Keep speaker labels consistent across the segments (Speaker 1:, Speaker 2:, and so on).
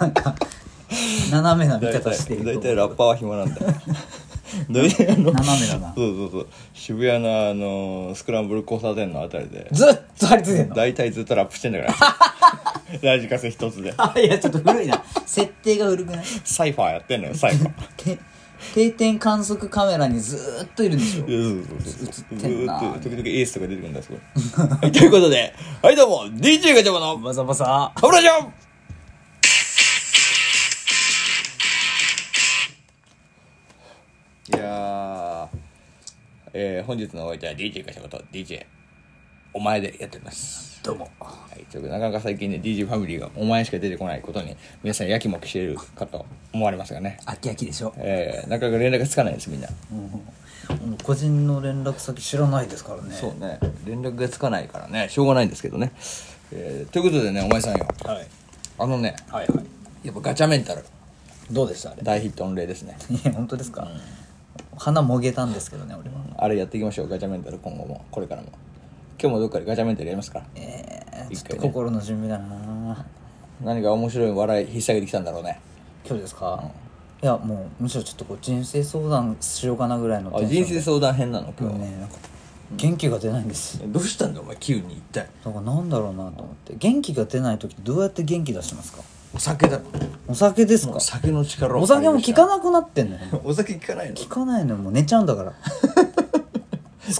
Speaker 1: なんか斜めな見
Speaker 2: 大
Speaker 1: 方して
Speaker 2: 体
Speaker 1: る
Speaker 2: 大体ラッパーは 暇なんだ大体あの
Speaker 1: 斜めだな
Speaker 2: そうそうそう渋谷のあのスクランブル交差点のあた りで
Speaker 1: ずっと張り付いてんの
Speaker 2: 大体ずっとラップしてんだから ラジカセ一つで
Speaker 1: あいやちょっと古いな設定が古くない
Speaker 2: サイファーやってんのよサ イファー
Speaker 1: て定点観測カメラにずーっといるんでしょ
Speaker 2: いやそうそうそう
Speaker 1: 映っ
Speaker 2: ず
Speaker 1: てんな
Speaker 2: ーっと時々エースとか出てくるんだそこはいということではいどうも DJ ガチャバの
Speaker 1: バサバサ
Speaker 2: ハブラジオいやーえー、本日のお相手は DJ ガチャバと DJ お前でやっております
Speaker 1: どうも
Speaker 2: はい、ということでなかなか最近ね DJ ファミリーがお前しか出てこないことに皆さんやきもきしているかと思われますがね、
Speaker 1: 飽き飽きでしょ、
Speaker 2: えー、なかなか連絡がつかないですみんな
Speaker 1: うんうん個人の連絡先知らないですからね
Speaker 2: そうね連絡がつかないからねしょうがないんですけどね、えー、ということでねお前さんよ
Speaker 1: はい
Speaker 2: あのね
Speaker 1: はいはい
Speaker 2: やっぱガチャメンタル
Speaker 1: どうでしたあれ
Speaker 2: 大ヒット御礼ですね
Speaker 1: いや本当ですか、鼻もげたんですけどね俺は
Speaker 2: あれやっていきましょうガチャメンタル今後もこれからも今日もどっかでガチャメンタルやりますから
Speaker 1: えー、
Speaker 2: 一
Speaker 1: ちょっ
Speaker 2: 回ね
Speaker 1: と心の準備だな
Speaker 2: 何か面白い笑い引っ提げてきたんだろうね
Speaker 1: 今日ですか、いやもうむしろちょっとこう人生相談しようかなぐらいの
Speaker 2: あ人生相談編なの今日は、
Speaker 1: ねなんか元気が出ないんです
Speaker 2: どうしたんだお前急に一体
Speaker 1: だからなんだろうなと思って元気が出ない時ってどうやって元気出しますか
Speaker 2: お酒だろ
Speaker 1: お酒ですか
Speaker 2: お酒の力を
Speaker 1: お酒も
Speaker 2: 借
Speaker 1: 効
Speaker 2: りま
Speaker 1: かなくなってんのよ
Speaker 2: したお 酒効かないの
Speaker 1: 効かないのよもう寝ちゃうんだから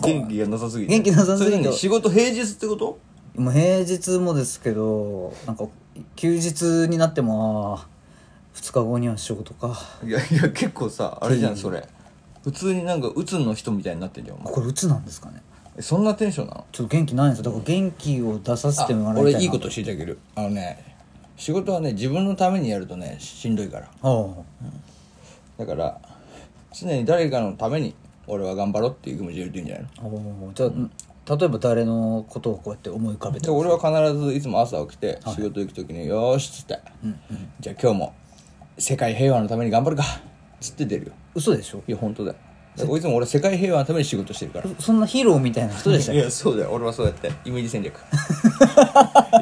Speaker 2: 元気がなさすぎて
Speaker 1: 元気なさすぎて
Speaker 2: それ何仕事平日ってこと
Speaker 1: もう平日もですけどなんか休日になってもあー2日後には仕事か
Speaker 2: いやいや結構さあれじゃんそれ普通になんか鬱の人みたいになってんじゃんお前
Speaker 1: これ鬱なんですかね
Speaker 2: えそんなテンションなの
Speaker 1: ちょっと元気ないんですよだから元気を出させてもらいたいな
Speaker 2: 俺いいこと教えてあげるあのね仕事はね自分のためにやるとねしんどいから
Speaker 1: あ
Speaker 2: だから常に誰かのために俺は頑張ろうっていう気持ちで言っていいんじゃないの
Speaker 1: あああじゃあ、例えば誰のことをこうやって思い浮かべて
Speaker 2: で俺は必ずいつも朝起きて仕事行く時に「よーし」っつって、じゃあ今日も世界平和のために頑張るか」っつって出るよ
Speaker 1: 嘘でしょ
Speaker 2: いや本当だよだからいつも俺世界平和のために仕事してるから
Speaker 1: そんなヒーローみたいな人でしたっ
Speaker 2: い
Speaker 1: け
Speaker 2: やそうだよ俺はそうやってイメージ戦 略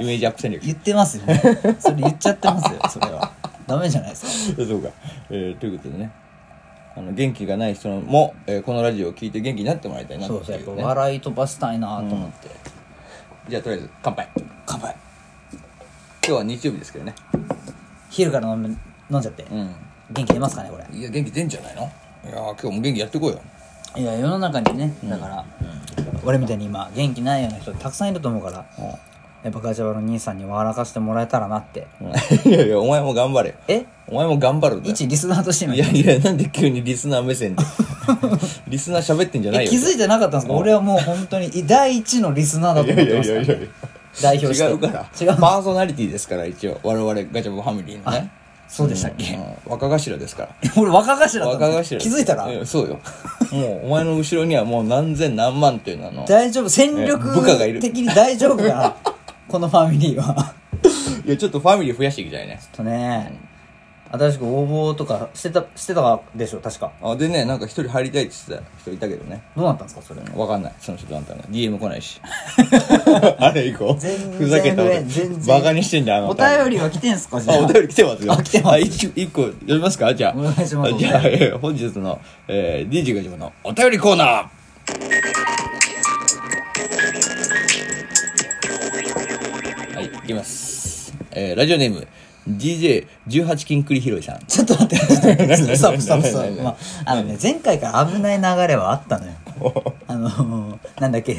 Speaker 2: イメージアップ戦略
Speaker 1: 言ってますよねそれ言っちゃってますよそれはダメじゃないですか
Speaker 2: そうか、えーということでねあの元気がない人も、えーこのラジオを聞いて元気になってもらいたいなって
Speaker 1: そう
Speaker 2: い、
Speaker 1: う
Speaker 2: ね、
Speaker 1: そうやっぱ笑い飛ばしたいなと思って、
Speaker 2: じゃあとりあえず乾杯今
Speaker 1: 乾杯
Speaker 2: 日は日曜日ですけどね
Speaker 1: 昼から飲む飲んじゃって、
Speaker 2: うん
Speaker 1: 元気出ますかねこれ
Speaker 2: いや元気出んじゃないのいやー今日も元気やってこいよ
Speaker 1: いや世の中にねだから、俺みたいに今元気ないような人たくさんいると思うから、やっぱガチャバの兄さんに笑かしてもらえたらなって、
Speaker 2: いやいやお前も頑張れよ
Speaker 1: え
Speaker 2: お前も頑張るんだよ
Speaker 1: 一リスナーとしての
Speaker 2: いやいやなんで急にリスナー目線で リスナー喋ってんじゃない
Speaker 1: え
Speaker 2: よ
Speaker 1: 気づいてなかったんですか俺はもう本当にい第一のリスナーだと思ってました
Speaker 2: いやいやいやいや
Speaker 1: 代表して
Speaker 2: 違うから
Speaker 1: 違う
Speaker 2: パーソナリティですから一応我々ガチャバファミリーのね
Speaker 1: そうでしたっけ、
Speaker 2: うん若頭ですから
Speaker 1: 俺若頭だった
Speaker 2: 若
Speaker 1: の
Speaker 2: 頭
Speaker 1: 気づいたら、
Speaker 2: やそうよ もうお前の後ろにはもう何千何万というの の
Speaker 1: 大丈夫戦力
Speaker 2: え部下がいる
Speaker 1: 的に大丈夫かな このファミリーは
Speaker 2: いやちょっとファミリー増やしていきたいね
Speaker 1: ちょっとね新しく応募とかしてたしてたでしょ確か
Speaker 2: あでねなんか一人入りたいって言ってた人いたけどね
Speaker 1: どうなったんですかそれ
Speaker 2: わかんないその人どうなんだろうね DM 来な いしあれ以降
Speaker 1: 全然
Speaker 2: ふざけた
Speaker 1: 全然
Speaker 2: バカにしてんだよあの
Speaker 1: お便りは来てんすかじゃ
Speaker 2: あ、お
Speaker 1: あ
Speaker 2: 便り来てますよ。
Speaker 1: あ来てます
Speaker 2: あ一個一個読みますかじゃあ。
Speaker 1: お願いします
Speaker 2: あじゃあ、えー本日の、えー、DJ が自分のお便りコーナー。はい、いきます。えー、ラジオネーム、DJ18 金栗拾いさん。
Speaker 1: ちょっと待ってちょっと待ってストップストップスト ッ
Speaker 2: 何何
Speaker 1: プまああのね前回から危ない流れはあったのよあのなんだっけ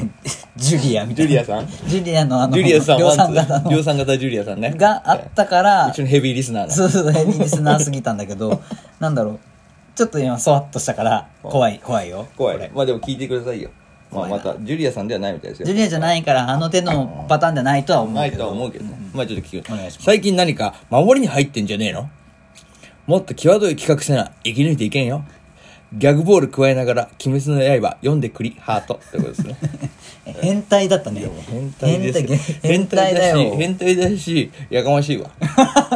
Speaker 1: ジュリアみたいな
Speaker 2: ジュリアさん
Speaker 1: ジュリアのあの
Speaker 2: ジュリアさん、
Speaker 1: 量産
Speaker 2: ワンツ
Speaker 1: 型
Speaker 2: ー
Speaker 1: の
Speaker 2: 量産型ジュリアさんね。
Speaker 1: があったから
Speaker 2: うちのヘビーリスナーの。
Speaker 1: そうそうヘビーリスナーすぎたんだけ どなんだろうちょっと今そわっとしたから怖い怖いよ
Speaker 2: 怖
Speaker 1: これ
Speaker 2: い。まあでも聞いてくださいよ。まあ
Speaker 1: 怖いな
Speaker 2: また、ジュリアさんではないみたいですよ
Speaker 1: ジュ。リアじゃないからあの手のパターンじゃないとは思う
Speaker 2: な
Speaker 1: け
Speaker 2: いとは
Speaker 1: ど
Speaker 2: 思うけどね。まあちょっと聞く。
Speaker 1: お願いします
Speaker 2: 最近何か守りに入ってんじゃねえのもっと際どい企画せな、生き抜いていけんよ。ギャグボール加えながら、鬼滅の刃読んでくり、ハート。ってことです ね。
Speaker 1: 変態だったね
Speaker 2: 変態ですよ
Speaker 1: 変態だ
Speaker 2: 変態だし、
Speaker 1: よ
Speaker 2: 変態だし、やかましいわ。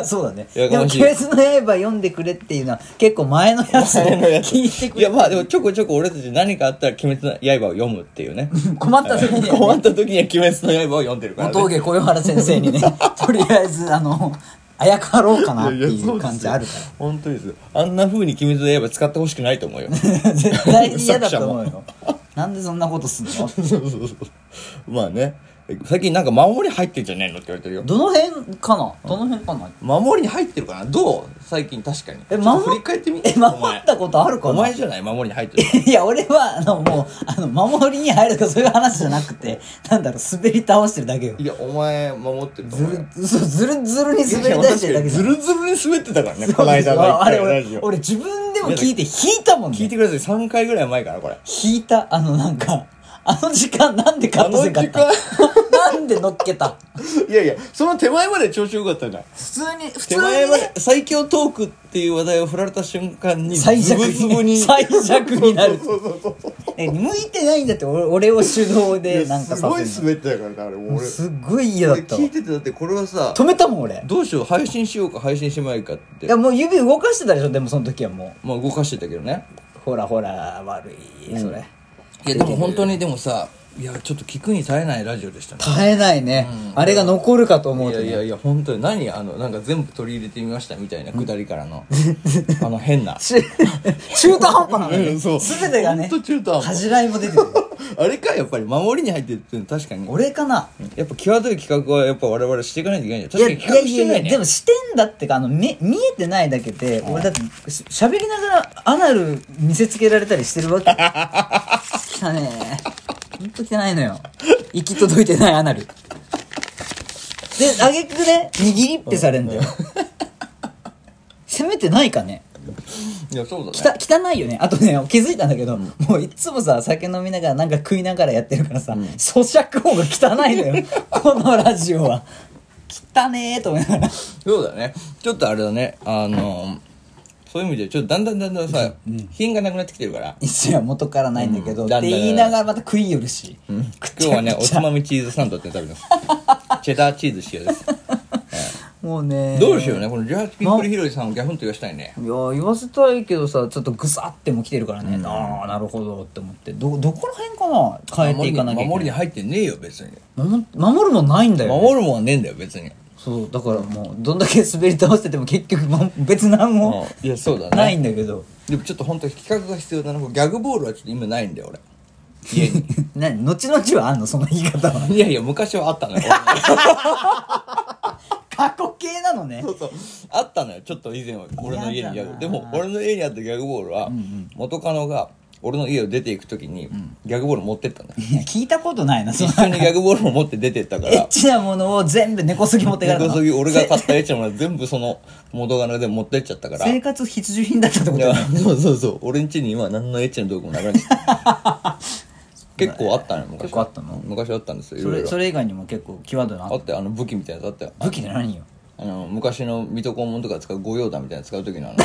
Speaker 1: そうだね
Speaker 2: いや
Speaker 1: でも「
Speaker 2: 悲
Speaker 1: 鬼
Speaker 2: しい
Speaker 1: 滅の刃」読んでくれっていうのは結構前のやつを 聞いて く
Speaker 2: い
Speaker 1: れ
Speaker 2: やまあでもちょこちょこ俺たち何かあったら鬼滅の刃を読むっていうね。
Speaker 1: 困った時 に
Speaker 2: 困った時には鬼滅の刃を読んでるからね。
Speaker 1: 小峠小夜原先生にねとりあえずあのあやかろうかなって
Speaker 2: いやい
Speaker 1: い
Speaker 2: やそう
Speaker 1: う
Speaker 2: ですよ
Speaker 1: 感じあるから
Speaker 2: 本当ですよあんな風に鬼滅の刃使ってほしく ないと思うよ
Speaker 1: 絶対に嫌だと 思うよなんでそんなことすんの
Speaker 2: そうそうそう まあね最近なんか守り入ってんじゃねえのって言われてるよ
Speaker 1: どの辺かなどの辺かな
Speaker 2: 守りに入ってるかなどう最近確かに
Speaker 1: え
Speaker 2: ちょっ
Speaker 1: 守
Speaker 2: と振り返ってみ
Speaker 1: え守ったことあるか
Speaker 2: お前お
Speaker 1: な
Speaker 2: 前じゃない守りに入ってる
Speaker 1: いや俺はあのもうあの守りに入るとかそういう話じゃなくてなんだろう滑り倒してるだけよ
Speaker 2: いやお前守ってると
Speaker 1: ず
Speaker 2: 思う
Speaker 1: る
Speaker 2: よ
Speaker 1: そうずるずるに
Speaker 2: いや
Speaker 1: 滑り倒してるだけじゃ
Speaker 2: ず
Speaker 1: ん
Speaker 2: るずるに滑ってたからねこの間の
Speaker 1: ああ
Speaker 2: 1
Speaker 1: れ
Speaker 2: 回のラジ
Speaker 1: 俺
Speaker 2: オ
Speaker 1: 俺自分でも聞いて引いたもん
Speaker 2: 聞い
Speaker 1: ね
Speaker 2: てください3回ぐらい前からこれ
Speaker 1: 引いたあのなんかあの時間なんでカットせんかった
Speaker 2: あの
Speaker 1: なんで乗っけた
Speaker 2: いやいやその手前まで調子よかったんだ
Speaker 1: 普通に普通
Speaker 2: 手
Speaker 1: に
Speaker 2: 前
Speaker 1: ね、
Speaker 2: まで最強トークっていう話題を振られた瞬間に
Speaker 1: 最弱に
Speaker 2: ズブズブに
Speaker 1: 最弱になる
Speaker 2: そうそうそうそう
Speaker 1: え向いてないんだって俺俺を手動でなんか
Speaker 2: す
Speaker 1: さ
Speaker 2: ごい
Speaker 1: す
Speaker 2: 滑ってたからねあれもう俺
Speaker 1: すっごい嫌だったわ
Speaker 2: 聞いててだってこれはさ
Speaker 1: 止めたもん俺
Speaker 2: どうしよう配信しようか配信しまいかっ
Speaker 1: い
Speaker 2: て
Speaker 1: やもう指動かしてたでしょでもその時はも
Speaker 2: まあ動かしてたけどね
Speaker 1: うほらほら悪いそれ
Speaker 2: いやでも本当にでもさいやちょっと聞くに耐えないラジオでしたね
Speaker 1: 耐えないねあれが残るかと思う
Speaker 2: い
Speaker 1: と
Speaker 2: やい
Speaker 1: ね
Speaker 2: やいや本当に何あのなんか全部取り入れてみましたみたいなくだりか らのあの変な
Speaker 1: し中途半端なの
Speaker 2: う
Speaker 1: ね
Speaker 2: んそう
Speaker 1: 全てがね
Speaker 2: ほんと中途半端
Speaker 1: 恥じらいも出てる
Speaker 2: あれかやっぱり守りに入ってるっていうのは確かに
Speaker 1: 俺かな
Speaker 2: やっぱ際どい企画はやっぱ我々していかないといけないんだ
Speaker 1: いや
Speaker 2: よ
Speaker 1: い
Speaker 2: 確か
Speaker 1: や
Speaker 2: に
Speaker 1: い
Speaker 2: 企画して
Speaker 1: や
Speaker 2: ないい
Speaker 1: や
Speaker 2: ね
Speaker 1: でもしてんだってかあの見見えてないだけで俺だってし喋りながらアナル見せつけられたりしてるわけ汚ねえほんと汚いのよ行き届いてないアナルで挙句ね握りってされんだよせめてないかね
Speaker 2: いやそうだね
Speaker 1: きた汚いよねあとね気づいたんだけど、もういっつもさ酒飲みながらなんか食いながらやってるからさ、咀嚼音が汚いのよこのラジオは汚ねえと思いながら
Speaker 2: そうだねちょっとあれだねあのそういう意味でちょっとだんだんだんだんさ、品がなくなってきてるから
Speaker 1: 一は元からないんだけど、
Speaker 2: うん
Speaker 1: って言いながらまた食いよるし、くっち
Speaker 2: 今日
Speaker 1: ゃ
Speaker 2: は
Speaker 1: く
Speaker 2: ねお
Speaker 1: ち
Speaker 2: つ
Speaker 1: ゃ、
Speaker 2: まみチーズサンドって食べてま すチェダーチーズ塩です
Speaker 1: もうね
Speaker 2: どうしようねこの18ピンクルヒロイさんをギャフンと言わしたいね
Speaker 1: いや言わせたいけどさちょっとグサっても来てるからね、ああなるほどって思ってどどこら辺かな変えていかなきゃいけ
Speaker 2: 守り
Speaker 1: な
Speaker 2: に
Speaker 1: い
Speaker 2: 入ってねえよ別に
Speaker 1: 守守るもんないんだよね、
Speaker 2: 守るもんはねえんだよ別に
Speaker 1: そうだからもうどんだけ滑り倒してても結局もう別なんも
Speaker 2: いやそうだね
Speaker 1: ないんだけど
Speaker 2: でもちょっと本当に企画が必要だなギャグボールはちょっと今ないんだよ俺 家に
Speaker 1: 何後々はあんのその言い方はい
Speaker 2: やいや昔はあったの よ
Speaker 1: 過去形なのね
Speaker 2: そうそうあったのよちょっと以前は俺の家にギ
Speaker 1: やだな
Speaker 2: ャグでも俺の家にあったギャグボールは元カノが俺の家を出ていく時にギャグボール持ってったのよ
Speaker 1: いや聞いたことないなそ
Speaker 2: 一
Speaker 1: の
Speaker 2: 緒にギャグボールも持って出てったか
Speaker 1: エッ
Speaker 2: ら
Speaker 1: チなものを全部根こそぎ持っていかれた
Speaker 2: 根こそ
Speaker 1: の
Speaker 2: ぎ俺が買ったエッチなものは全部その元カノで持ってっちゃったから
Speaker 1: 生活必需品だったってこ
Speaker 2: い
Speaker 1: と
Speaker 2: やそうそうそう俺ん家に今何のエッチな道具もなくなっちゃった 結構あったね昔
Speaker 1: 結構あったの
Speaker 2: 昔あったんですよい
Speaker 1: そ
Speaker 2: ろい
Speaker 1: れ
Speaker 2: ろ
Speaker 1: それ以外にも結構際どいな
Speaker 2: あったよあの武器みたいなやつあったよ
Speaker 1: 武器って何よ
Speaker 2: あの昔の水戸黄門とか使う御用だみたいなの使う時 のあの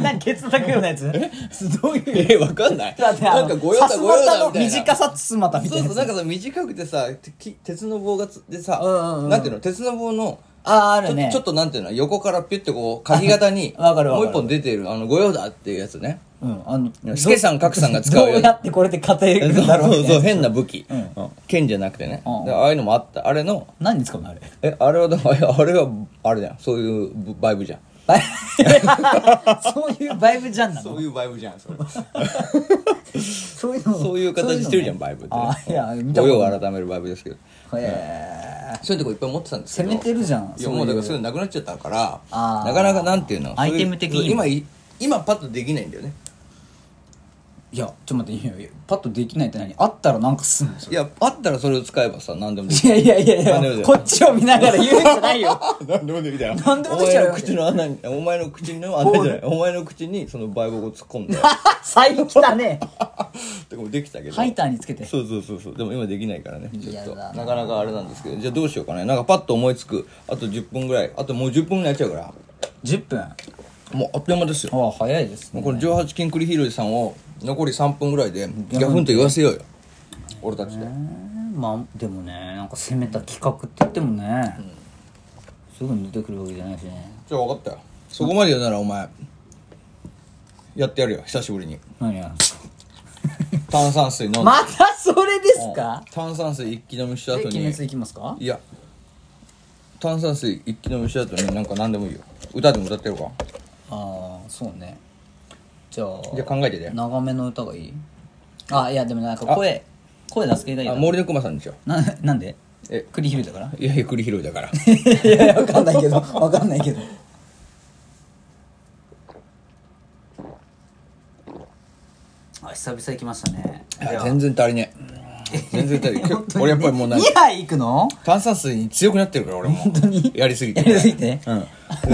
Speaker 1: 何ケツ叩くようなやつ どういう
Speaker 2: えわかんない
Speaker 1: だってあ
Speaker 2: な
Speaker 1: の
Speaker 2: んか御用だ
Speaker 1: さす
Speaker 2: 御用
Speaker 1: また
Speaker 2: だ
Speaker 1: の
Speaker 2: みたいな
Speaker 1: 短さつまたみた
Speaker 2: そ
Speaker 1: いうな
Speaker 2: そうなんかさ短くてさてき鉄の棒がつでさ、
Speaker 1: うんうんうん
Speaker 2: なんていうの鉄の棒の
Speaker 1: ああーあ
Speaker 2: ち
Speaker 1: る
Speaker 2: ょ,、
Speaker 1: ね
Speaker 2: ちょっとなんていうの横からピュッてこう鍵型に
Speaker 1: わかるわ
Speaker 2: も
Speaker 1: かる
Speaker 2: う一本出てるあの御用だっていうやつね
Speaker 1: うんあの
Speaker 2: 助さん格さんが使う
Speaker 1: ど
Speaker 2: よ
Speaker 1: うやってこれで勝てるん
Speaker 2: そう
Speaker 1: だろうみたいな
Speaker 2: そうそう変な武器、
Speaker 1: うん
Speaker 2: うん剣じゃなくてね、
Speaker 1: うん
Speaker 2: でああいうのもあったあれの
Speaker 1: 何に使 うのあれ
Speaker 2: えあれはでもあれあれはあれだよそういうブバイブじゃん
Speaker 1: バイそういうバイブじゃんなの
Speaker 2: いうバイブじゃんそれ
Speaker 1: そういうの
Speaker 2: そういう形してるじゃん
Speaker 1: そう
Speaker 2: バイ
Speaker 1: いう
Speaker 2: ブ
Speaker 1: の
Speaker 2: って、ね、
Speaker 1: あいや見た
Speaker 2: お
Speaker 1: こ
Speaker 2: 湯を
Speaker 1: とない
Speaker 2: 改めるバイブですけど
Speaker 1: へえ
Speaker 2: そういうとこいっぱい持ってたんですけど
Speaker 1: 攻めてるじゃん
Speaker 2: いや
Speaker 1: そういう
Speaker 2: もうだからそういうのなくなっちゃったから
Speaker 1: あー
Speaker 2: なかなかなんていうの
Speaker 1: アイテム的に
Speaker 2: そういう今い今パッとできないんだよね
Speaker 1: いやちょっと待っていやいやパッとできないって何あったらなんかすんのそ
Speaker 2: いやあったらそれを使えばさ何でもでき
Speaker 1: れいやいやいや
Speaker 2: 何で
Speaker 1: いや
Speaker 2: もで
Speaker 1: こっちを見ながら言うんじゃない よ
Speaker 2: 何でもできたよ
Speaker 1: 何でもできちゃうよ
Speaker 2: お前の口の穴にお前の口の穴じゃないお前の口にそのバイブを突っ込んで
Speaker 1: 最近だね
Speaker 2: でもできたけど
Speaker 1: ハイターにつけて
Speaker 2: そうそうそうそうでも今できないからねちょっ
Speaker 1: 嫌
Speaker 2: と
Speaker 1: だな
Speaker 2: なかなかあれなんですけどじゃあどうしようかねなんかパッと思いつくあと10分ぐらいあともう10分ぐらいやっちゃうから
Speaker 1: 10分あ
Speaker 2: もうあっという間ですよ
Speaker 1: あ早いです
Speaker 2: もう
Speaker 1: ね
Speaker 2: この18金栗ヒロイさんを残り3分ぐらいでギャフンと言わせようよ俺たちで
Speaker 1: えーまあでもねなんか攻めた企画って言ってもねすぐに出てくるわけじゃないしね
Speaker 2: じゃあ分かったよそこまで言うならお前やってやるよ久しぶりに
Speaker 1: 何や
Speaker 2: 炭酸水飲んで
Speaker 1: またそれですか
Speaker 2: 炭酸水一気飲みした
Speaker 1: え
Speaker 2: 後
Speaker 1: 鬼
Speaker 2: に
Speaker 1: 滅いきますか
Speaker 2: いや炭酸水一気飲みしちゃうとねなんか何でもいいよ歌でも歌ってるか
Speaker 1: ああそうねじゃあ
Speaker 2: じゃあ考えてね
Speaker 1: 長めの歌がいいあいやでもなんか声声出す系がいい
Speaker 2: あ
Speaker 1: な
Speaker 2: 森の熊さんでしょ
Speaker 1: ななんで
Speaker 2: え
Speaker 1: 栗拾いだから
Speaker 2: いやいや栗拾いだから
Speaker 1: いやいやわかんないけどわかんないけどあ久々行きましたね
Speaker 2: いや全然足りねえ全然足りね え今日俺やっぱりもうなん
Speaker 1: 2
Speaker 2: か
Speaker 1: 杯行くの
Speaker 2: 炭酸水に強くなってるから俺も本当にやりすぎて
Speaker 1: やりすぎて
Speaker 2: うん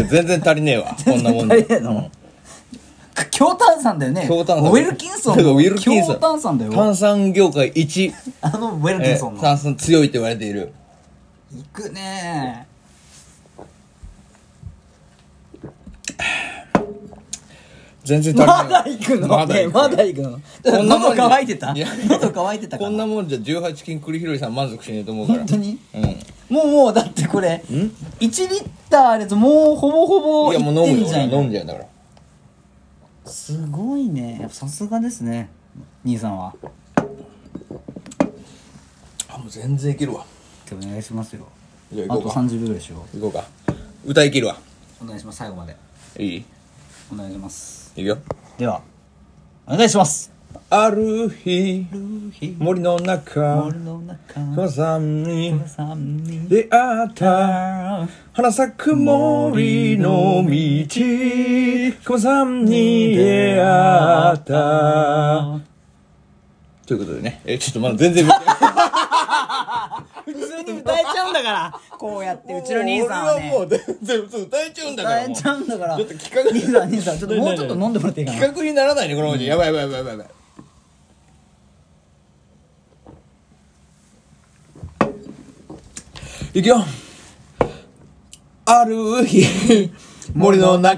Speaker 2: 全然足りねえわこんなもんで
Speaker 1: 全然足りねえの
Speaker 2: うん
Speaker 1: 強炭酸だよね
Speaker 2: 強炭酸
Speaker 1: ウェルキンソン
Speaker 2: だから
Speaker 1: の
Speaker 2: ウェルキンソ
Speaker 1: 強
Speaker 2: ン
Speaker 1: 炭酸だよ
Speaker 2: 炭酸業界一
Speaker 1: あのウェルキンソン
Speaker 2: え
Speaker 1: の
Speaker 2: 炭酸強いと言われている
Speaker 1: 行くね
Speaker 2: 全然足り
Speaker 1: ま
Speaker 2: ない
Speaker 1: だ行くの
Speaker 2: ま
Speaker 1: ま
Speaker 2: だ
Speaker 1: だ
Speaker 2: 行く
Speaker 1: まだ行くの
Speaker 2: こんなもん
Speaker 1: 喉乾いてた
Speaker 2: いや
Speaker 1: 喉乾いてたか
Speaker 2: こ
Speaker 1: なん
Speaker 2: なもんじゃ18金栗拾いさん満足しねえと思うから
Speaker 1: 本当に
Speaker 2: うん
Speaker 1: もうもうだってこれ1リッターあれともうほぼほぼ
Speaker 2: いやもう
Speaker 1: いっ
Speaker 2: 飲
Speaker 1: て
Speaker 2: む
Speaker 1: ん
Speaker 2: よ
Speaker 1: じゃん
Speaker 2: 俺飲んじゃうんだから
Speaker 1: すごいねやっぱさすがですね兄さんは
Speaker 2: あもう全然いけるわ
Speaker 1: 今日お願いしますよ
Speaker 2: じゃあ
Speaker 1: あ
Speaker 2: 行ことうか
Speaker 1: 30秒ぐらいしよ
Speaker 2: 行こうか歌いけるわ
Speaker 1: うお願いします最後まで
Speaker 2: いい
Speaker 1: お願いします
Speaker 2: いくよ
Speaker 1: ではお願いします
Speaker 2: ある日森の中
Speaker 1: 森の中
Speaker 2: 母さんに
Speaker 1: さんに
Speaker 2: 出会った花咲く森の道熊さんに出会ったということでねえちょっとまだ全然
Speaker 1: 普通に歌えちゃうんだからこうやってうちの兄さんはね
Speaker 2: 俺はもう全然そう歌えちゃうんだから
Speaker 1: 歌
Speaker 2: も
Speaker 1: え
Speaker 2: う
Speaker 1: ちゃうんだから
Speaker 2: ちょっと企画
Speaker 1: 兄さん兄さんちょっともうちょっと飲んでもらっていいかな
Speaker 2: 企画にならないねこの文字やばいやばいやばいやばいやばいいくよある日森の中